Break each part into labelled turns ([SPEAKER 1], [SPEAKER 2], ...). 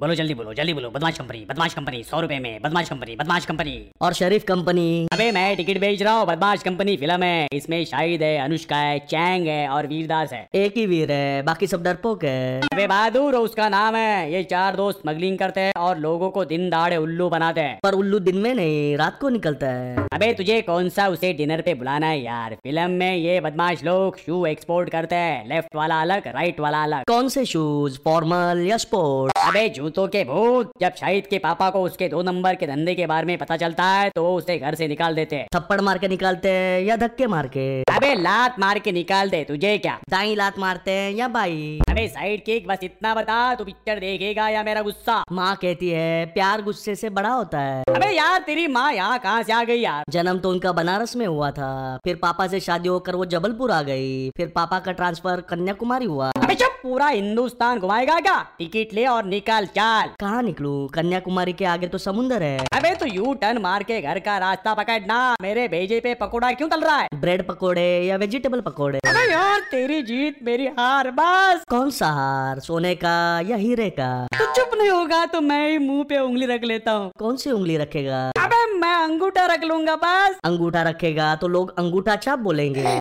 [SPEAKER 1] बोलो जल्दी बोलो जल्दी बोलो बदमाश कंपनी बदमाश कंपनी सौ रुपए में बदमाश कंपनी बदमाश कंपनी
[SPEAKER 2] और शरीफ कंपनी
[SPEAKER 1] अबे मैं टिकट बेच रहा हूँ बदमाश कंपनी फिल्म है इसमें शाहिद है अनुष्का है चैंग है और वीरदास है
[SPEAKER 2] एक ही वीर है बाकी सब डरपोक है
[SPEAKER 1] अबे बहादुर उसका नाम है ये चार दोस्त स्मगलिंग करते हैं और लोगों को दिन दहाड़े उल्लू बनाते हैं
[SPEAKER 2] पर उल्लू दिन में नहीं रात को निकलता है
[SPEAKER 1] अबे तुझे कौन सा उसे डिनर पे बुलाना है यार फिल्म में ये बदमाश लोग शू एक्सपोर्ट करते हैं लेफ्ट वाला अलग राइट वाला अलग
[SPEAKER 2] कौन से शूज फॉर्मल या स्पोर्ट
[SPEAKER 1] अबे जूतों के भूत जब शाहिद के पापा को उसके दो नंबर के धंधे के बारे में पता चलता है तो वो उसे घर से निकाल देते हैं
[SPEAKER 2] थप्पड़ मार के निकालते हैं या धक्के मार के
[SPEAKER 1] अबे लात मार के निकाल दे तुझे क्या
[SPEAKER 2] दाई लात मारते हैं या बाई
[SPEAKER 1] अबे साइड किक बस इतना बता तू पिक्चर देखेगा या मेरा गुस्सा
[SPEAKER 2] माँ कहती है प्यार गुस्से से बड़ा होता है
[SPEAKER 1] अबे यार तेरी माँ यहाँ कहाँ से आ गई यार
[SPEAKER 2] जन्म तो उनका बनारस में हुआ था फिर पापा से शादी होकर वो जबलपुर आ गई फिर पापा का ट्रांसफर कन्याकुमारी हुआ
[SPEAKER 1] अबे चुप पूरा हिंदुस्तान घुमाएगा क्या टिकट ले और निकाल चाल
[SPEAKER 2] कहाँ निकलूं कन्याकुमारी के आगे तो समुंदर है
[SPEAKER 1] अबे तू यू टर्न मार के घर का रास्ता पकड़ना मेरे भेजे पे पकोड़ा क्यों तल रहा है
[SPEAKER 2] ब्रेड पकोड़े या वेजिटेबल पकोड़े
[SPEAKER 1] अबे यार तेरी जीत मेरी हार बस
[SPEAKER 2] कौन सा हार सोने का या हीरे का
[SPEAKER 1] तू चुप नहीं होगा तो मैं ही मुंह पे उंगली रख लेता हूँ
[SPEAKER 2] कौन सी उंगली रखेगा
[SPEAKER 1] अबे मैं अंगूठा रख लूंगा बस
[SPEAKER 2] अंगूठा रखेगा तो लोग अंगूठा छाप बोलेंगे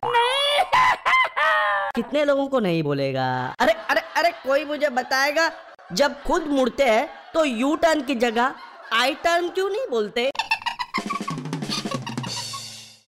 [SPEAKER 2] कितने लोगों को नहीं बोलेगा अरे अरे अरे कोई मुझे बताएगा जब खुद मुड़ते हैं तो यू टर्न की जगह आई टर्न क्यों नहीं बोलते